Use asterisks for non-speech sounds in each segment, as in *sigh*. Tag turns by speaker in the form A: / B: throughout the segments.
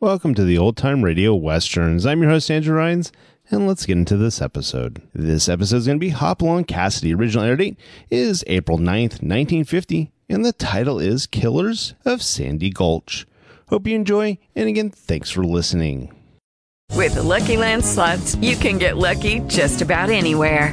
A: Welcome to the Old Time Radio Westerns. I'm your host, Andrew Rhines, and let's get into this episode. This episode is going to be Hopalong Cassidy. Original air date is April 9th, 1950, and the title is Killers of Sandy Gulch. Hope you enjoy, and again, thanks for listening.
B: With the Lucky Land slots, you can get lucky just about anywhere.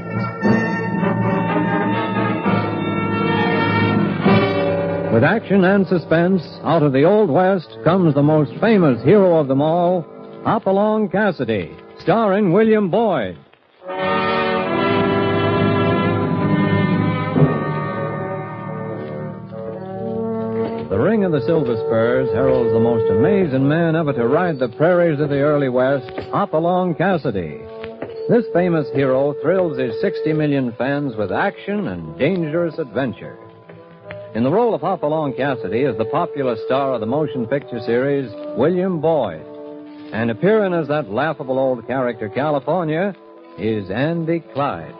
C: With action and suspense, out of the Old West comes the most famous hero of them all, Hopalong Cassidy, starring William Boyd. The Ring of the Silver Spurs heralds the most amazing man ever to ride the prairies of the early West, Hopalong Cassidy. This famous hero thrills his 60 million fans with action and dangerous adventure. In the role of Hopalong Cassidy is the popular star of the motion picture series, William Boyd. And appearing as that laughable old character, California, is Andy Clyde.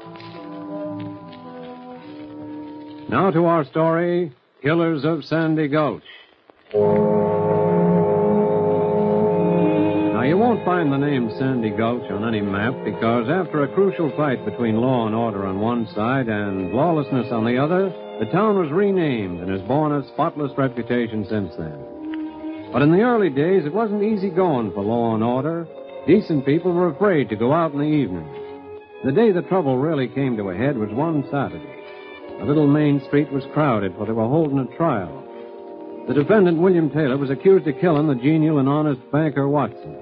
C: Now to our story Killers of Sandy Gulch. Now, you won't find the name Sandy Gulch on any map because after a crucial fight between law and order on one side and lawlessness on the other, the town was renamed and has borne a spotless reputation since then. But in the early days, it wasn't easy going for law and order. Decent people were afraid to go out in the evenings. The day the trouble really came to a head was one Saturday. The little main street was crowded, for they were holding a trial. The defendant, William Taylor, was accused of killing the genial and honest banker Watson.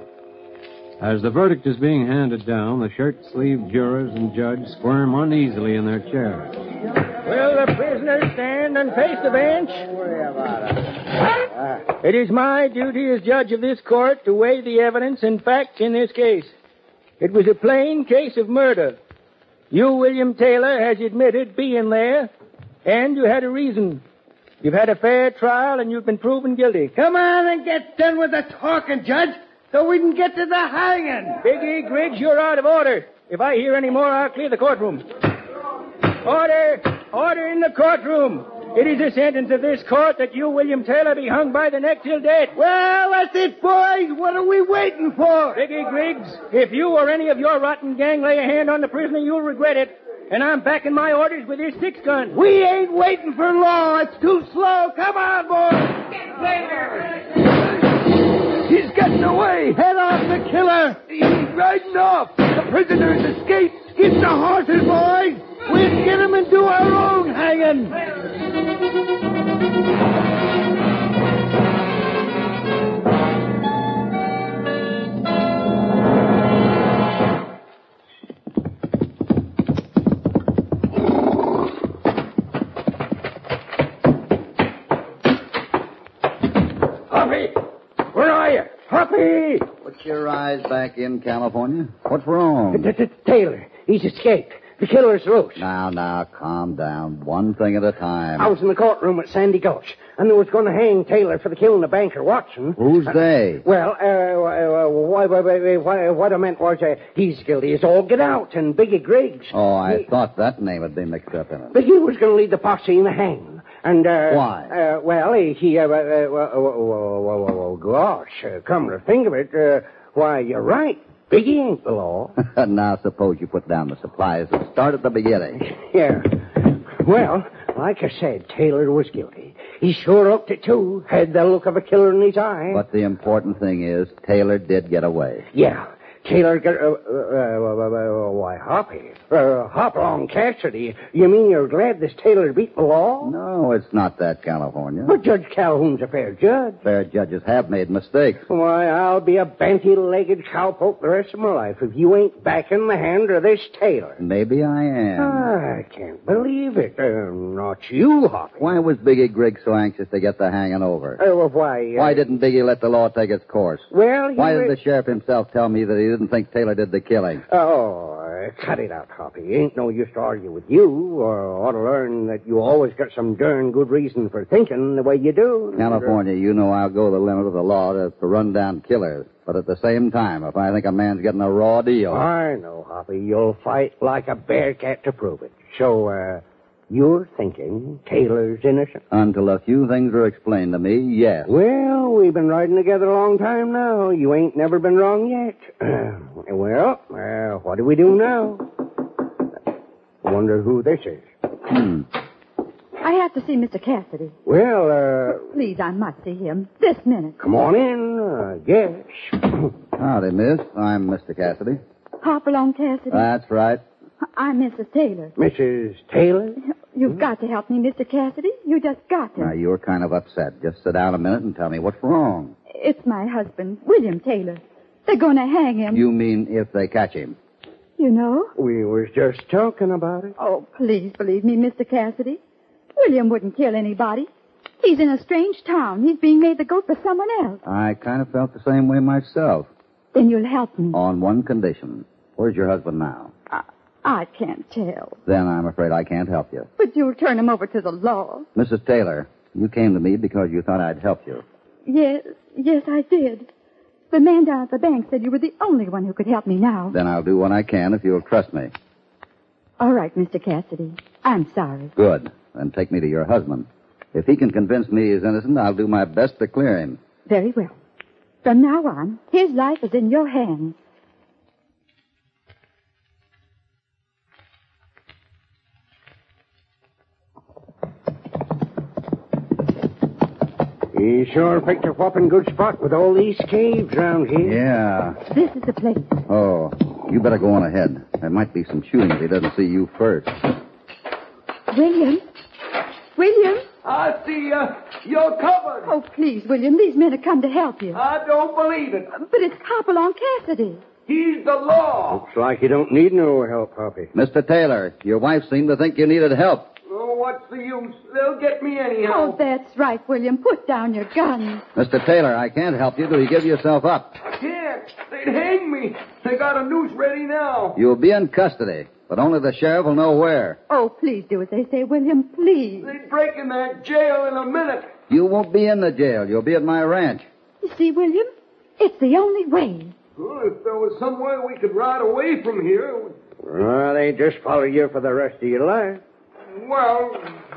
C: As the verdict is being handed down, the shirt sleeved jurors and judge squirm uneasily in their chairs. Will the prisoners stand and face the bench? Uh, It is my duty as judge of this court to weigh the evidence and facts in this case. It was a plain case of murder. You, William Taylor, has admitted being there, and you had a reason. You've had a fair trial, and you've been proven guilty. Come on and get done with the talking, Judge, so we can get to the hanging. Biggie Griggs, you're out of order. If I hear any more, I'll clear the courtroom. Order! Order in the courtroom! It is the sentence of this court that you, William Taylor, be hung by the neck till dead. Well, that's it, boys. What are we waiting for? Biggie Griggs, if you or any of your rotten gang lay a hand on the prisoner, you'll regret it. And I'm backing my orders with this six gun. We ain't waiting for law. It's too slow. Come on, boys. He's getting away. Head off the killer. He's riding off. The prisoner's escaped. Get the horses, boys. We'll get him and do our own hanging. Hoppy! Where are you? Hoppy!
D: Put your eyes back in, California. What's wrong?
C: Taylor, he's escaped. The killer's loose.
D: now, now, calm down. One thing at a time.
C: I was in the courtroom at Sandy Gulch, and they was going to hang Taylor for the killing of banker Watson.
D: Who's they?
C: Well, uh, uh, why, why, why, why, what I meant was uh, he's guilty as all get out, and Biggie Griggs.
D: Oh, I
C: He-
D: thought that name would be mixed up in it.
C: Biggie was going to lead the posse in the hang. And, uh.
D: Why?
C: Uh, well, he. he uh, uh, uh, whoa, whoa, whoa, whoa, whoa, whoa, gosh. Uh, come to think of it, uh,
E: Why, you're right. Biggie ain't the law.
D: *laughs* now, suppose you put down the supplies and start at the beginning.
E: Yeah. Well, like I said, Taylor was guilty. He sure looked it too. Had the look of a killer in his eye.
D: But the important thing is, Taylor did get away.
E: Yeah. Taylor got, uh, uh, uh, uh, uh, why, Hoppy. Uh, Hopalong Cassidy. You mean you're glad this Taylor beat the law?
D: No, it's not that, California.
E: But Judge Calhoun's a fair judge.
D: Fair judges have made mistakes.
E: Why, I'll be a banty-legged cowpoke the rest of my life if you ain't backing the hand of this Taylor.
D: Maybe I am.
E: I can't believe it. Uh, not you, Hoppy.
D: Why was Biggie Griggs so anxious to get the hanging over?
E: Uh, well, why? Uh,
D: Why didn't Biggie let the law take its course?
E: Well, he
D: Why did
E: was-
D: the sheriff himself tell me that he didn't think Taylor did the killing?
E: Oh, uh, cut it out, Hoppy. Ain't no use to argue with you, or ought to learn that you always got some darn good reason for thinking the way you do.
D: California, you know I'll go the limit of the law to, to run down killers. But at the same time, if I think a man's getting a raw deal,
E: I know, Hoppy. You'll fight like a bear cat to prove it. So, uh, you're thinking Taylor's innocent.
D: until a few things are explained to me, yes.
E: Well, we've been riding together a long time now. You ain't never been wrong yet. *clears throat* well, uh, what do we do now? Wonder who this is.
F: I have to see Mr. Cassidy.
E: Well, uh,
F: Please, I must see him this minute.
E: come on in, I guess. *clears throat*
D: Howdy, miss. I'm Mr. Cassidy.
F: Hopalong Cassidy.
D: That's right.
F: I'm Mrs. Taylor.
E: Mrs. Taylor?
F: You've got to help me, Mr. Cassidy. You just got to.
D: Now, you're kind of upset. Just sit down a minute and tell me what's wrong.
F: It's my husband, William Taylor. They're going to hang him.
D: You mean if they catch him?
F: you know?
E: We was just talking about it.
F: Oh, please believe me, Mr. Cassidy. William wouldn't kill anybody. He's in a strange town. He's being made the goat for someone else.
D: I kind of felt the same way myself.
F: Then you'll help me.
D: On one condition. Where's your husband now?
F: I can't tell.
D: Then I'm afraid I can't help you.
F: But you'll turn him over to the law.
D: Mrs. Taylor, you came to me because you thought I'd help you.
F: Yes, yes, I did. The man down at the bank said you were the only one who could help me now.
D: Then I'll do what I can if you'll trust me.
F: All right, Mr. Cassidy. I'm sorry.
D: Good. Then take me to your husband. If he can convince me he's innocent, I'll do my best to clear him.
F: Very well. From now on, his life is in your hands.
E: He sure picked a whopping good spot with all these caves round here.
D: Yeah.
F: This is the place.
D: Oh, you better go on ahead. There might be some shooting if he doesn't see you first.
F: William? William?
G: I see you. You're covered.
F: Oh, please, William, these men have come to help you.
G: I don't believe it.
F: But it's Hopalong Cassidy.
G: He's the law.
E: Looks like you don't need no help, Hoppy.
D: Mr. Taylor, your wife seemed to think you needed help.
G: Oh, what's the use? They'll get me
F: Oh,
G: anyhow.
F: that's right, William. Put down your gun.
D: Mr. Taylor, I can't help you till you give yourself up.
G: I can't. They'd hang me. They got a noose ready now.
D: You'll be in custody, but only the sheriff will know where.
F: Oh, please do as they say, William, please.
G: They'd break in that jail in a minute.
D: You won't be in the jail. You'll be at my ranch.
F: You see, William, it's the only way.
G: Well, if there was some way we could ride away from here,
E: Well, they just follow you for the rest of your life.
G: well,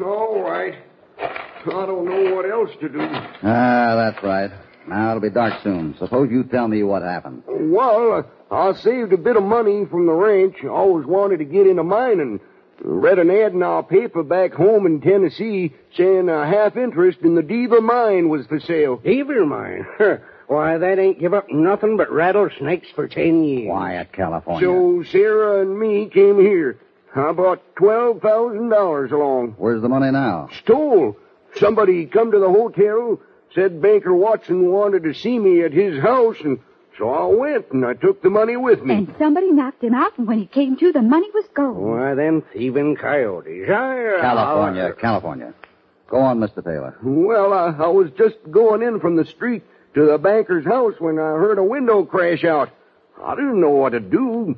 G: all right. I don't know what else to do.
D: Ah, that's right. Now it'll be dark soon. Suppose you tell me what happened.
G: Well, I saved a bit of money from the ranch. I always wanted to get into mining. Read an ad in our paper back home in Tennessee saying a half interest in the Diva mine was for sale.
E: Evil mine. *laughs* Why, that ain't give up nothing but rattlesnakes for ten years.
D: Quiet, California.
G: So Sarah and me came here. I brought twelve thousand dollars along.
D: Where's the money now?
G: Stole. Somebody come to the hotel, said Banker Watson wanted to see me at his house, and so I went and I took the money with me.
F: And somebody knocked him out, and when he came to, the money was gone.
E: Why, them thieving coyotes.
G: uh,
E: I,
D: California, California. Go on, Mr. Taylor.
G: Well, I, I was just going in from the street to the banker's house when I heard a window crash out. I didn't know what to do.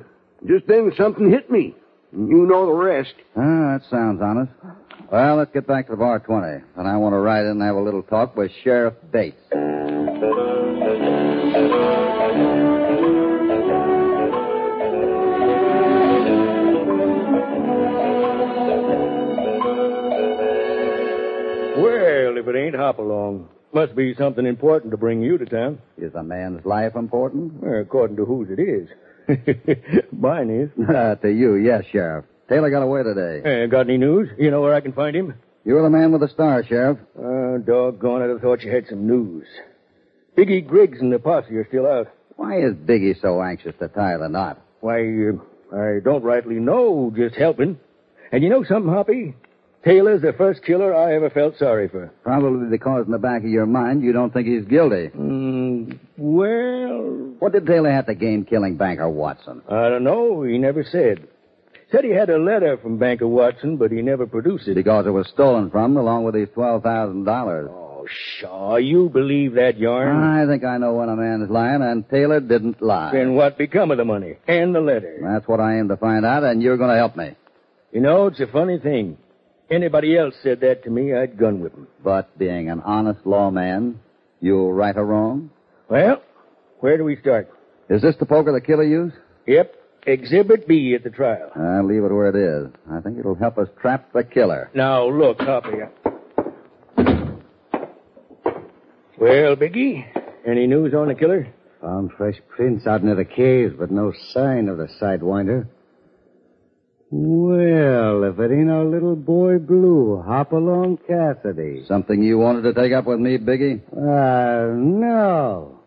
G: Just then something hit me. You know the rest.
D: Ah, that sounds honest. Well, let's get back to the bar 20. And I want to ride in and have a little talk with Sheriff Bates.
E: Well, if it ain't Hopalong.
H: Must be something important to bring you to town.
D: Is a man's life important? *laughs*
H: Well, according to whose it is. *laughs* Mine is.
D: Ah, to you, yes, Sheriff. Taylor got away today.
H: Hey, got any news? You know where I can find him?
D: You're the man with the star, Sheriff.
H: Uh, doggone it, I thought you had some news. Biggie Griggs and the posse are still out.
D: Why is Biggie so anxious to tie the knot?
H: Why, uh, I don't rightly know, just helping. And you know something, Hoppy? Taylor's the first killer I ever felt sorry for.
D: Probably because in the back of your mind you don't think he's guilty.
H: Mm, well,
D: What did Taylor have to gain killing Banker Watson?
H: I don't know. He never said. Said he had a letter from Banker Watson, but he never produced it.
D: Because it was stolen from him along with his $12,000.
H: Oh, Shaw, you believe that yarn?
D: I think I know when a man is lying, and Taylor didn't lie.
H: Then what become of the money and the letter?
D: That's what I aim to find out, and you're going to help me.
H: You know, it's a funny thing. Anybody else said that to me, I'd gun whip 'em.
D: But being an honest lawman, you'll right or wrong.
H: Well, where do we start?
D: Is this the poker the killer used?
H: Yep, Exhibit B at the trial.
D: I'll leave it where it is. I think it'll help us trap the killer.
H: Now, look, Hoppy. Well, Biggie, any news on the killer?
D: Found fresh prints out near the caves, but no sign of the sidewinder. Well, if it ain't our little boy Blue, hop along Cassidy. Something you wanted to take up with me, Biggie? Uh, no.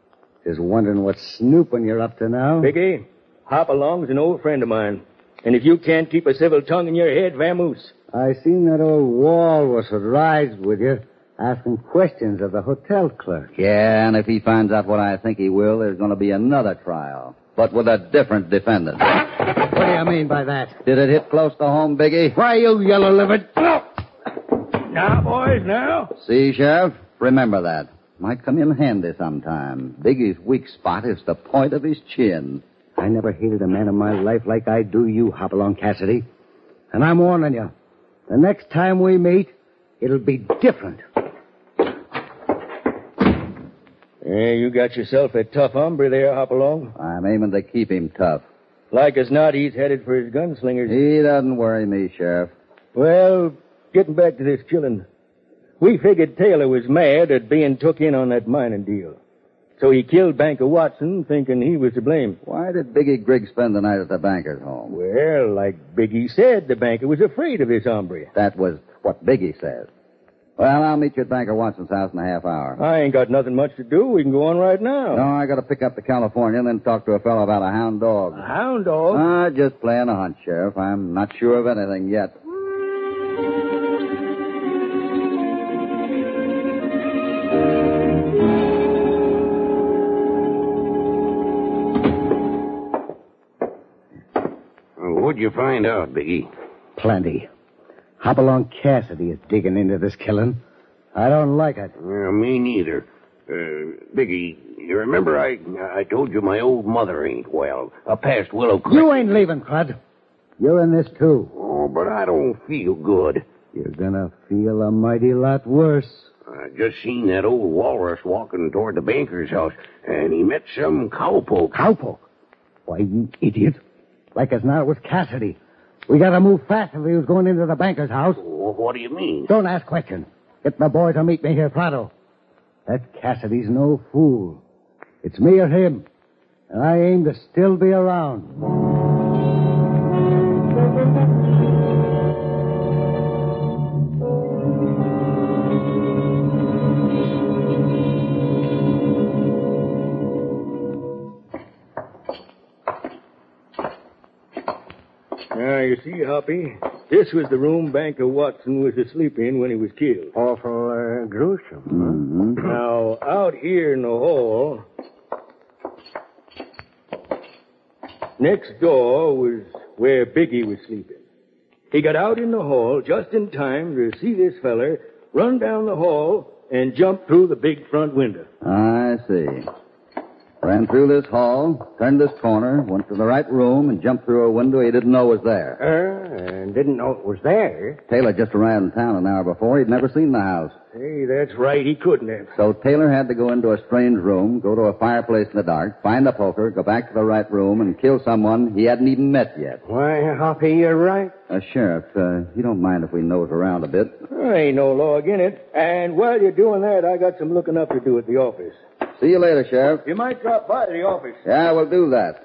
D: Just wondering what snooping you're up to now.
H: Biggie, Hopalong's an old friend of mine. And if you can't keep a civil tongue in your head, vamoose.
D: I seen that old wall was surprised with you, asking questions of the hotel clerk. Yeah, and if he finds out what I think he will, there's going to be another trial, but with a different defendant.
I: What do you mean by that?
D: Did it hit close to home, Biggie?
I: Why, you yellow livered.
H: Now, boys, now.
D: See, Sheriff? Remember that. Might come in handy sometime. Biggie's weak spot is the point of his chin.
I: I never hated a man in my life like I do you, Hopalong Cassidy. And I'm warning you, the next time we meet, it'll be different.
H: Yeah, you got yourself a tough hombre there, Hopalong.
D: I'm aiming to keep him tough.
H: Like as not, he's headed for his gunslingers.
D: He doesn't worry me, Sheriff.
H: Well, getting back to this killing. We figured Taylor was mad at being took in on that mining deal. So he killed Banker Watson, thinking he was to blame.
D: Why did Biggie Griggs spend the night at the banker's home?
H: Well, like Biggie said, the banker was afraid of his hombre.
D: That was what Biggie says. Well, I'll meet you at Banker Watson's house in a half
E: Uh,
D: hour.
H: I ain't got nothing much to do. We can go on right now.
D: No, I gotta pick up the California and then talk to a fellow about a hound dog.
H: A hound dog?
C: Oh.
D: Ah, just playing a hunt, Sheriff. I'm not sure of anything yet.
E: What'd you find out, Biggie?
I: Plenty. Hopalong Cassidy is digging into this killing. I don't like it.
E: Yeah, me neither. Uh, Biggie, you remember I I told you my old mother ain't well. I passed Willow Creek.
I: You ain't leaving, Crud. You're in this too.
E: Oh, but I don't feel good.
I: You're gonna feel a mighty lot worse.
E: I just seen that old walrus walking toward the banker's house, and he met some cowpoke.
I: Cowpoke. Why, you idiot. Like as not, it was Cassidy. We gotta move fast if he was going into the banker's house.
E: Wh- What do you mean?
I: Don't ask questions. Get my boy to meet me here, Prado. That Cassidy's no fool. It's me or him. And I aim to still be around.
H: Now, Ah, you see, Hoppy, this was the room Banker Watson was asleep in when he was killed.
I: Awful uh, gruesome.
D: Mm-hmm.
H: Now, out here in the hall, next door was where Biggie was sleeping. He got out in the hall just in time to see this feller run down the hall and jump through the big front window.
D: I see. Ran through this hall, turned this corner, went to the right room, and jumped through a window he didn't know was there.
E: Uh, and didn't know it was there.
D: Taylor just arrived in town an hour before. He'd never seen the house.
E: Hey, that's right. He couldn't have.
D: So Taylor had to go into a strange room, go to a fireplace in the dark, find a poker, go back to the right room, and kill someone he hadn't even met yet.
E: Why, Hoppy, you're right.
D: Uh, Sheriff, uh, you don't mind if we nose around a bit.
E: There ain't no log in it. And while you're doing that, I got some looking up to do at the office.
D: See you later, Sheriff.
E: You might drop by the office.
D: Yeah, we'll do that.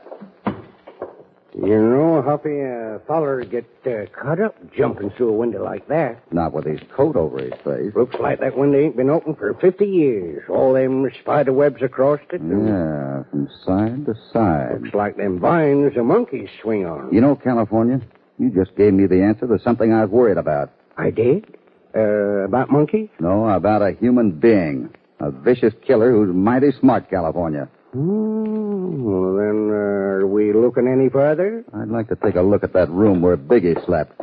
E: You know, Hoppy, a feller get uh, caught up jumping through a window like that.
D: Not with his coat over his face.
E: Looks like that window ain't been open for 50 years. All them spider webs across it. and
D: Yeah, from side to side.
E: Looks like them vines the monkeys swing on.
D: You know, California, you just gave me the answer to something I was worried about.
E: I did? Uh, about monkeys?
D: No, about a human being. A vicious killer who's mighty smart, California.
E: Hmm. Well, then, uh, are we looking any further?
D: I'd like to take a look at that room where Biggie slept.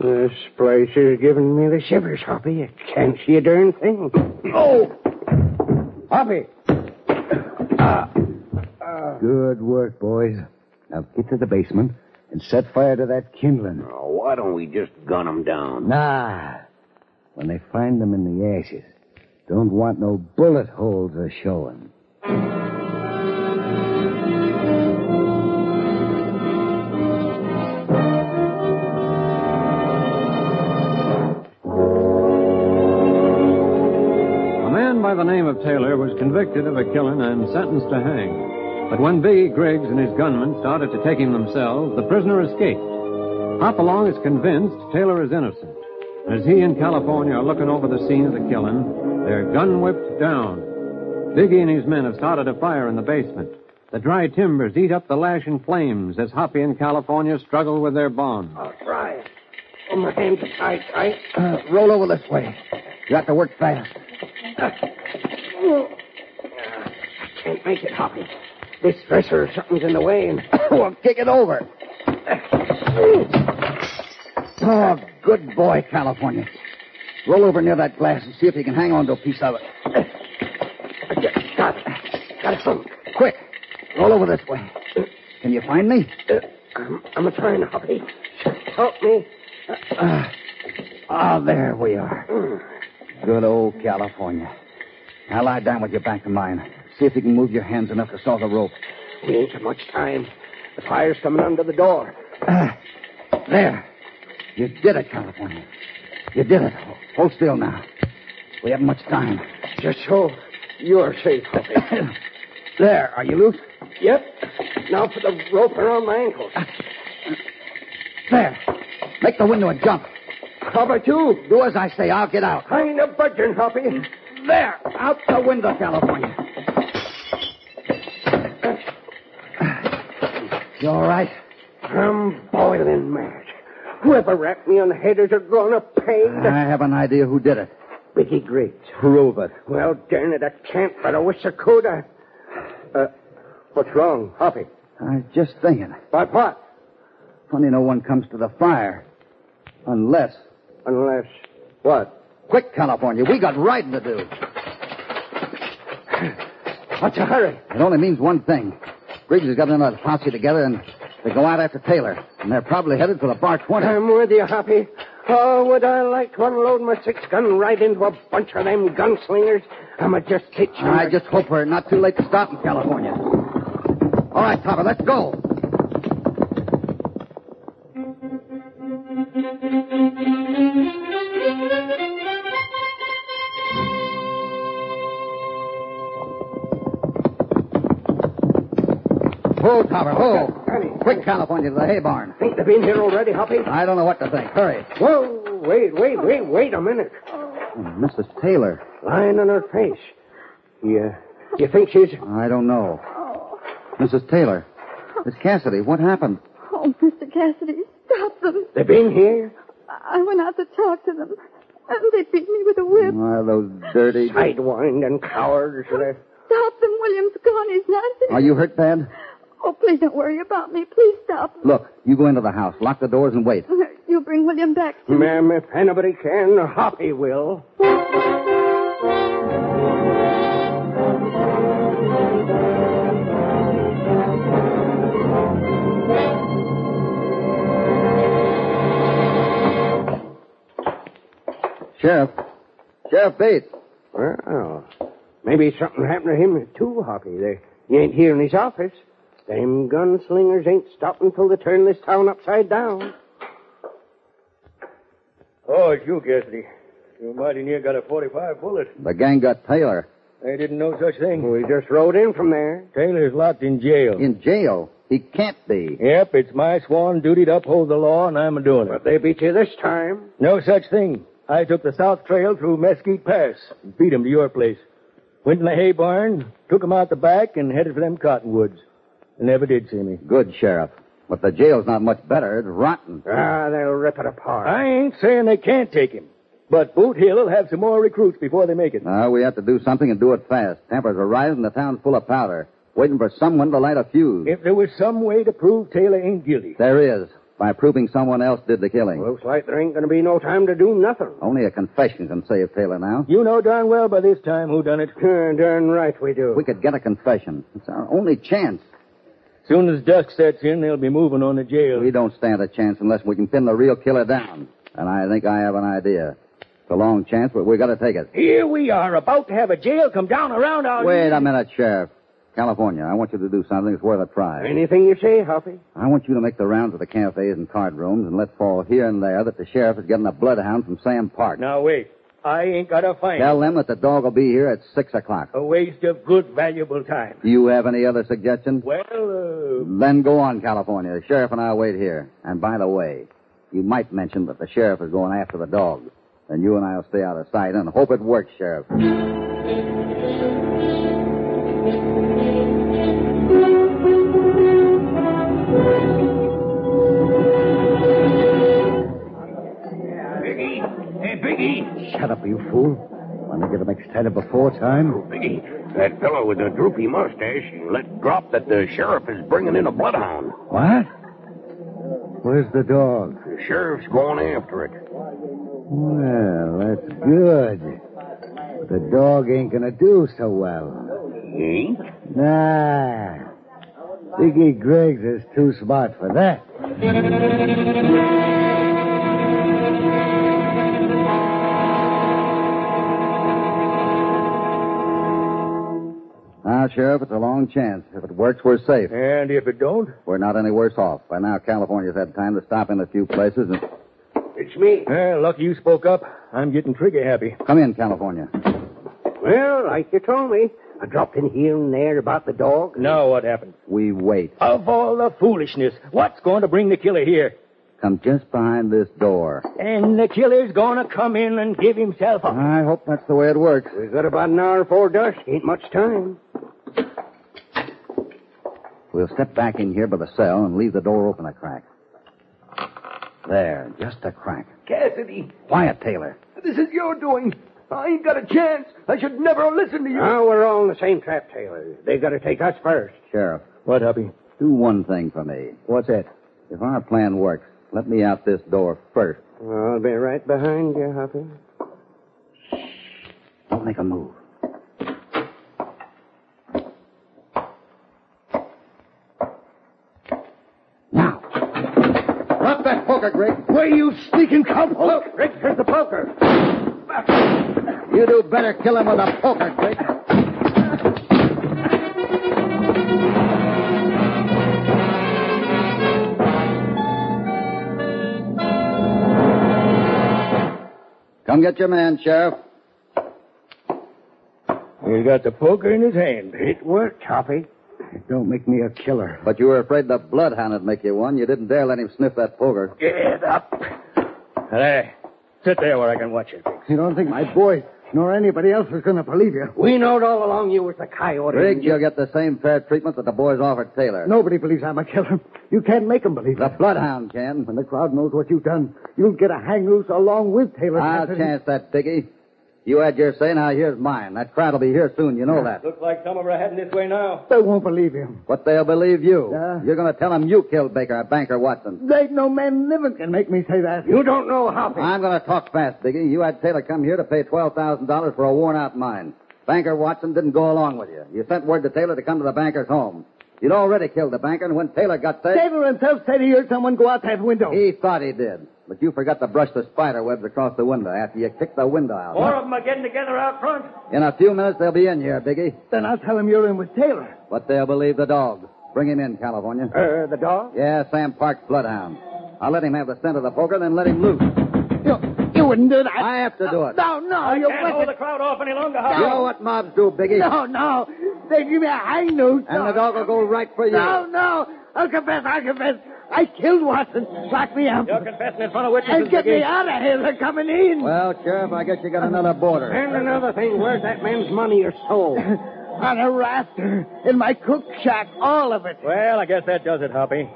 E: This place is giving me the shivers, Hoppy. I can't see a darn thing. Oh! Hoppy!
I: Good work, boys. Now get to the basement and set fire to that kindling.
J: Oh, why don't we just gun them down?
I: Nah. When they find them in the ashes, don't want no bullet holes a showing.
C: A man by the name of Taylor was convicted of a killing and sentenced to hang. But when Biggie Griggs and his gunmen started to take him themselves, the prisoner escaped. Hopalong is convinced Taylor is innocent. As he and California are looking over the scene of the killing, they're gun whipped down. Biggie and his men have started a fire in the basement. The dry timbers eat up the lashing flames as Hoppy and California struggle with their bonds.
E: I'll try it. Oh, my hands are tight, tight.
I: Uh, roll over this way. You got to work fast.
E: Can't make it, Hoppy. This dresser or something's in the way, and
I: *coughs* Well, kick it over. Oh, good boy, California. Roll over near that glass and see if you can hang on to a piece of it.
E: I just got it. Got it from.
I: Quick, roll over this way. Can you find me?
E: Uh, I'm, I'm a trying, Hoppy. Help me.
I: Ah, there we are. Good old California. Now lie down with your back to mine. See if you can move your hands enough to saw the rope.
E: We ain't got much time. The fire's coming under the door.
I: Ah, there. You did it, California. You did it. Hold still now. We haven't much time.
E: Just so you're safe, Hoppy.
I: *coughs* There. Are you loose?
E: yep. Now for the rope around my ankles.
I: There. Make the window and jump.
E: Cover two.
I: Do as I say. I'll get out.
E: I ain't a budging, Hoppy.
I: There. Out the window, California. You all right?
E: I'm boiling mad. Whoever wrapped me on the head is a grown up pain.
D: I have an idea who did it.
E: Biggie Griggs.
D: Prove it.
E: Well, darn it, I can't, but I wish I could. I... Uh, what's wrong, Hoppy?
D: I was just thinking.
E: About what?
D: Funny no one comes to the fire. Unless.
E: Unless. What?
D: Quick, California, we got riding to do.
E: What's a hurry?
D: It only means one thing. Griggs has got another posse together, and they go out after Taylor. And they're probably headed for the bar
E: *clears throat*
D: 20.
E: I'm with you, Hoppy. Oh, would I like to unload my six gun right into a bunch of them gunslingers? I'ma just hit you.
D: I just hope we're not too late to stop in California. All right, Topper, let's go. Ho, Topper, ho.
E: Hurry.
D: Quick, California, to the hay barn.
E: Think they've been here already, Hoppy?
D: I don't know what to think. Hurry.
E: Whoa, wait, wait, wait, wait a minute.
D: Mrs. Taylor.
E: Lying on her face. Yeah. You think she's.
D: I don't know. Mrs. Taylor. Miss Cassidy, what happened?
F: Oh, Mr. Cassidy, stop them.
E: They've been here?
F: I went out to talk to them, and they beat me with a whip.
D: Why, Ah, those dirty.
E: Sidewind and cowards. uh, They're...
F: Stop them. William's gone. He's not here.
D: Are you hurt bad?
F: Oh, please don't worry about me. Please stop them.
D: Look, you go into the house, lock the doors, and wait.
F: You'll bring William back.
E: Ma'am, if anybody can, Hoppy will.
D: Sheriff. Sheriff Bates.
E: Well, maybe something happened to him too, Hoppy. They, he ain't here in his office. Them gunslingers ain't stopping till they turn this town upside down.
H: Oh, it's you, Cassidy. You mighty near got a 45 bullet.
D: The gang got Taylor.
H: They didn't know such thing.
E: We just rode in from there.
H: Taylor's locked in jail.
D: In jail? He can't be.
H: Yep, it's my sworn duty to uphold the law, and I'm a doing it.
E: But they beat you this time.
H: No such thing. I took the South Trail through Mesquite Pass and beat 'em to your place. Went in the hay barn, took 'em out the back, and headed for them cottonwoods. They never did see me.
D: Good, Sheriff. But the jail's not much better. It's rotten.
E: Ah, they'll rip it apart.
H: I ain't saying they can't take him, but Boot Hill'll have some more recruits before they make it.
D: Now Ah, we have to do something and do it fast. Tampers are rising. The town's full of powder. Waiting for someone to light a fuse.
H: If there was some way to prove Taylor ain't guilty,
D: There is. By proving someone else did the killing.
E: Looks like there ain't gonna be no time to do nothing.
D: Only a confession can save Taylor now.
H: you know darn well by this time who done
E: *laughs*
H: it.
E: Darn, darn right we do.
D: We could get a confession. It's our only chance.
H: Soon as dusk sets in, they'll be moving on the jail.
D: We don't stand a chance unless we can pin the real killer down. And I think I have an idea. It's a long chance, but we gotta take it.
H: Here we are, about to have a jail come down around our.
D: Wait a minute, Sheriff. California, I want you to do something that's worth a try.
E: Anything you say, Hoppy?
D: I want you to make the rounds of the cafes and card rooms and let fall here and there that the sheriff is getting a bloodhound from Sam Park.
H: Now wait, I ain't got a fine.
D: Tell them that the dog will be here at six o'clock.
H: A waste of good, valuable time.
D: Do you have any other suggestions?
H: Well, uh,
D: Then go on, California. The sheriff and I'll wait here. And by the way, you might mention that the sheriff is going after the dog. Then you and I'll stay out of sight and hope it works, Sheriff.
J: Biggie! Hey, Biggie!
I: Shut up, you fool. Want to get him excited before time?
J: Biggie, that fellow with the droopy mustache let drop that the sheriff is bringing in a bloodhound.
I: What? Where's the dog?
J: The sheriff's going after it.
I: Well, that's good. But The dog ain't gonna do so well.
J: Ain't?
I: Nah. Biggie Griggs is too smart for that.
D: Now, Ah, Sheriff, it's a long chance. If it works, we're safe.
H: and if it don't,
D: We're not any worse off. By now, California's had time to stop in a few places and...
E: It's me.
H: well, lucky you spoke up. I'm getting trigger happy.
D: Come in, California.
E: Well, like you told me, I dropped in here and there about the dog.
H: Now what happened?
D: We wait.
H: Of all the foolishness, what's going to bring the killer here?
D: Come just behind this door.
H: And the killer's going to come in and give himself up.
D: I hope that's the way it works.
E: We've got about an hour before dusk. Ain't much time.
D: We'll step back in here by the cell and leave the door open a crack. There, just a crack.
J: Cassidy,
D: Quiet, Taylor.
J: this is your doing. I ain't got a chance. I should never listen to you.
E: Now we're all in the same trap, Taylor. They gotta take us first.
D: Sheriff,
H: What, Huppy?
D: do one thing for me.
H: What's that?
D: If our plan works, let me out this door first.
E: I'll be right behind you, Hoppy.
D: Don't make a move. Now. Drop that poker, Greg. Where you sneaking cowpoke? Look, Greg, here's the poker. You do better kill him with a poker, Greg. Come get your man, Sheriff.
H: He's got the poker in his hand.
E: It worked, Hoppy.
I: Don't make me a killer.
D: But you were afraid the bloodhound would make you one. You didn't dare let him sniff that poker.
H: Get up. There. Sit there where I can watch it.
I: You don't think my boy nor anybody else is gonna believe you?
E: We knowed all along you was the coyote.
D: Griggs, you'll get the same fair treatment that the boys offered Taylor.
I: Nobody believes I'm a killer. You can't make 'em believe
D: The
I: it.
D: bloodhound can.
I: When the crowd knows what you've done, you'll get a hang loose along with Taylor.
D: I'll
I: Cassidy.
D: chance Ah, that, Dickie. You had your say, now here's mine. That crowd'll be here soon, you know that.
H: Looks like some of her heading this way now.
I: They won't believe him.
D: But they'll believe you. You're gonna tell them you killed Baker, Banker Watson.
I: There ain't no man living can make me say that.
D: You don't know how. I'm gonna talk fast, Biggie. You had Taylor come here to pay twelve thousand dollars for a worn out mine. Banker Watson didn't go along with you. You sent word to Taylor to come to the banker's home. You'd already killed the banker, and when Taylor got there,
I: Taylor himself said he heard someone go out that window.
D: he thought he did. But you forgot to brush the spider webs across the window after you kicked the window out.
H: Four of them are getting together out front.
D: In a few minutes, they'll be in here, Biggie.
I: Then I'll tell him you're in with Taylor.
D: But they'll believe the dog. Bring him in, California.
I: Uh, the dog?
D: Yeah, Sam Park's bloodhound. I'll let him have the scent of the poker, then let him loose.
I: You, you wouldn't do that.
D: I have to do it.
I: No, no,
H: I
I: you're
H: can't hold
I: wicked.
H: the crowd off any longer,
D: You know
H: Howard.
D: what mobs do, Biggie?
I: No, no. They give me a high note.
D: And the dog will go right for you.
I: No, no. I'll confess, I'll confess. I killed Watson. Lock me up.
H: You're confessing in front of witnesses,
I: And get
H: Dickie.
I: me out of here. They're coming in.
D: Well, Sheriff, I guess you got another border.
J: And another thing, where's that man's money or
I: *laughs*
J: soul?
I: On a rafter. In my cook shack. All of it.
H: Well, I guess that does it, Hoppy.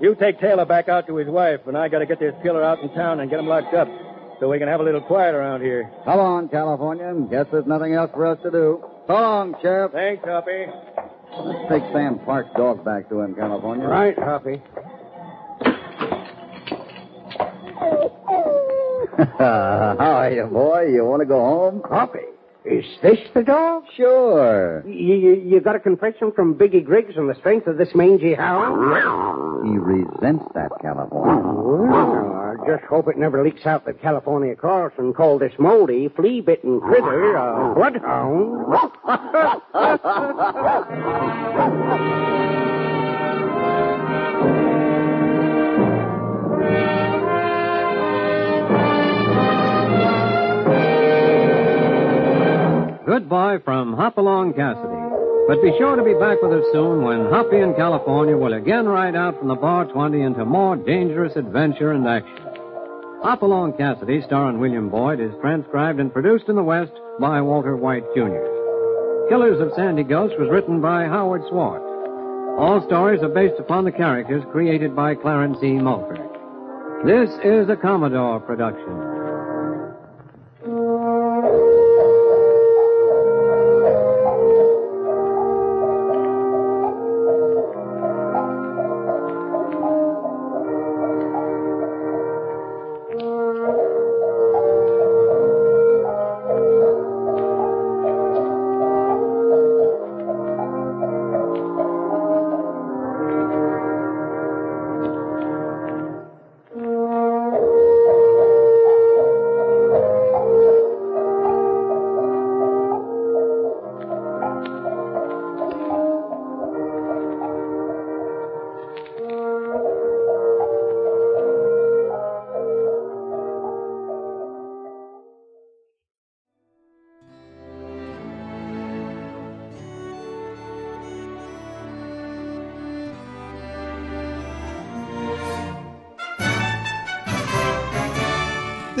H: You take Taylor back out to his wife, and I gotta get this killer out in town and get him locked up so we can have a little quiet around here.
D: Come on, California. Guess there's nothing else for us to do. So long, Sheriff.
H: Thanks, Hoppy.
D: Let's take Sam Park's dog back to him, California.
J: Right, Hoppy.
D: *laughs* How are you, boy? You want to go home?
J: Hoppy, is this the dog?
D: Sure.
J: You, you, you got a confession from Biggie Griggs on the strength of this mangy hound?
D: He resents that, California.
J: Well, I just hope it never leaks out that California Carlson called this moldy, flea-bitten critter a bloodhound.
C: Goodbye from Hopalong Cassidy. But be sure to be back with us soon when Hoppy and California will again ride out from the Bar 20 into more dangerous adventure and action. Hopalong Cassidy, starring William Boyd, is transcribed and produced in the West by Walter White, Jr. Killers of Sandy Ghost was written by Howard Swart. All stories are based upon the characters created by Clarence E. Mulford. This is a Commodore production.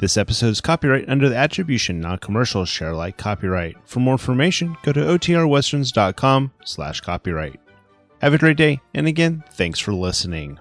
A: This episode is copyright under the attribution, non-commercial, share alike copyright. For more information, go to otrwesterns.com slash copyright. Have a great day, and again, thanks for listening.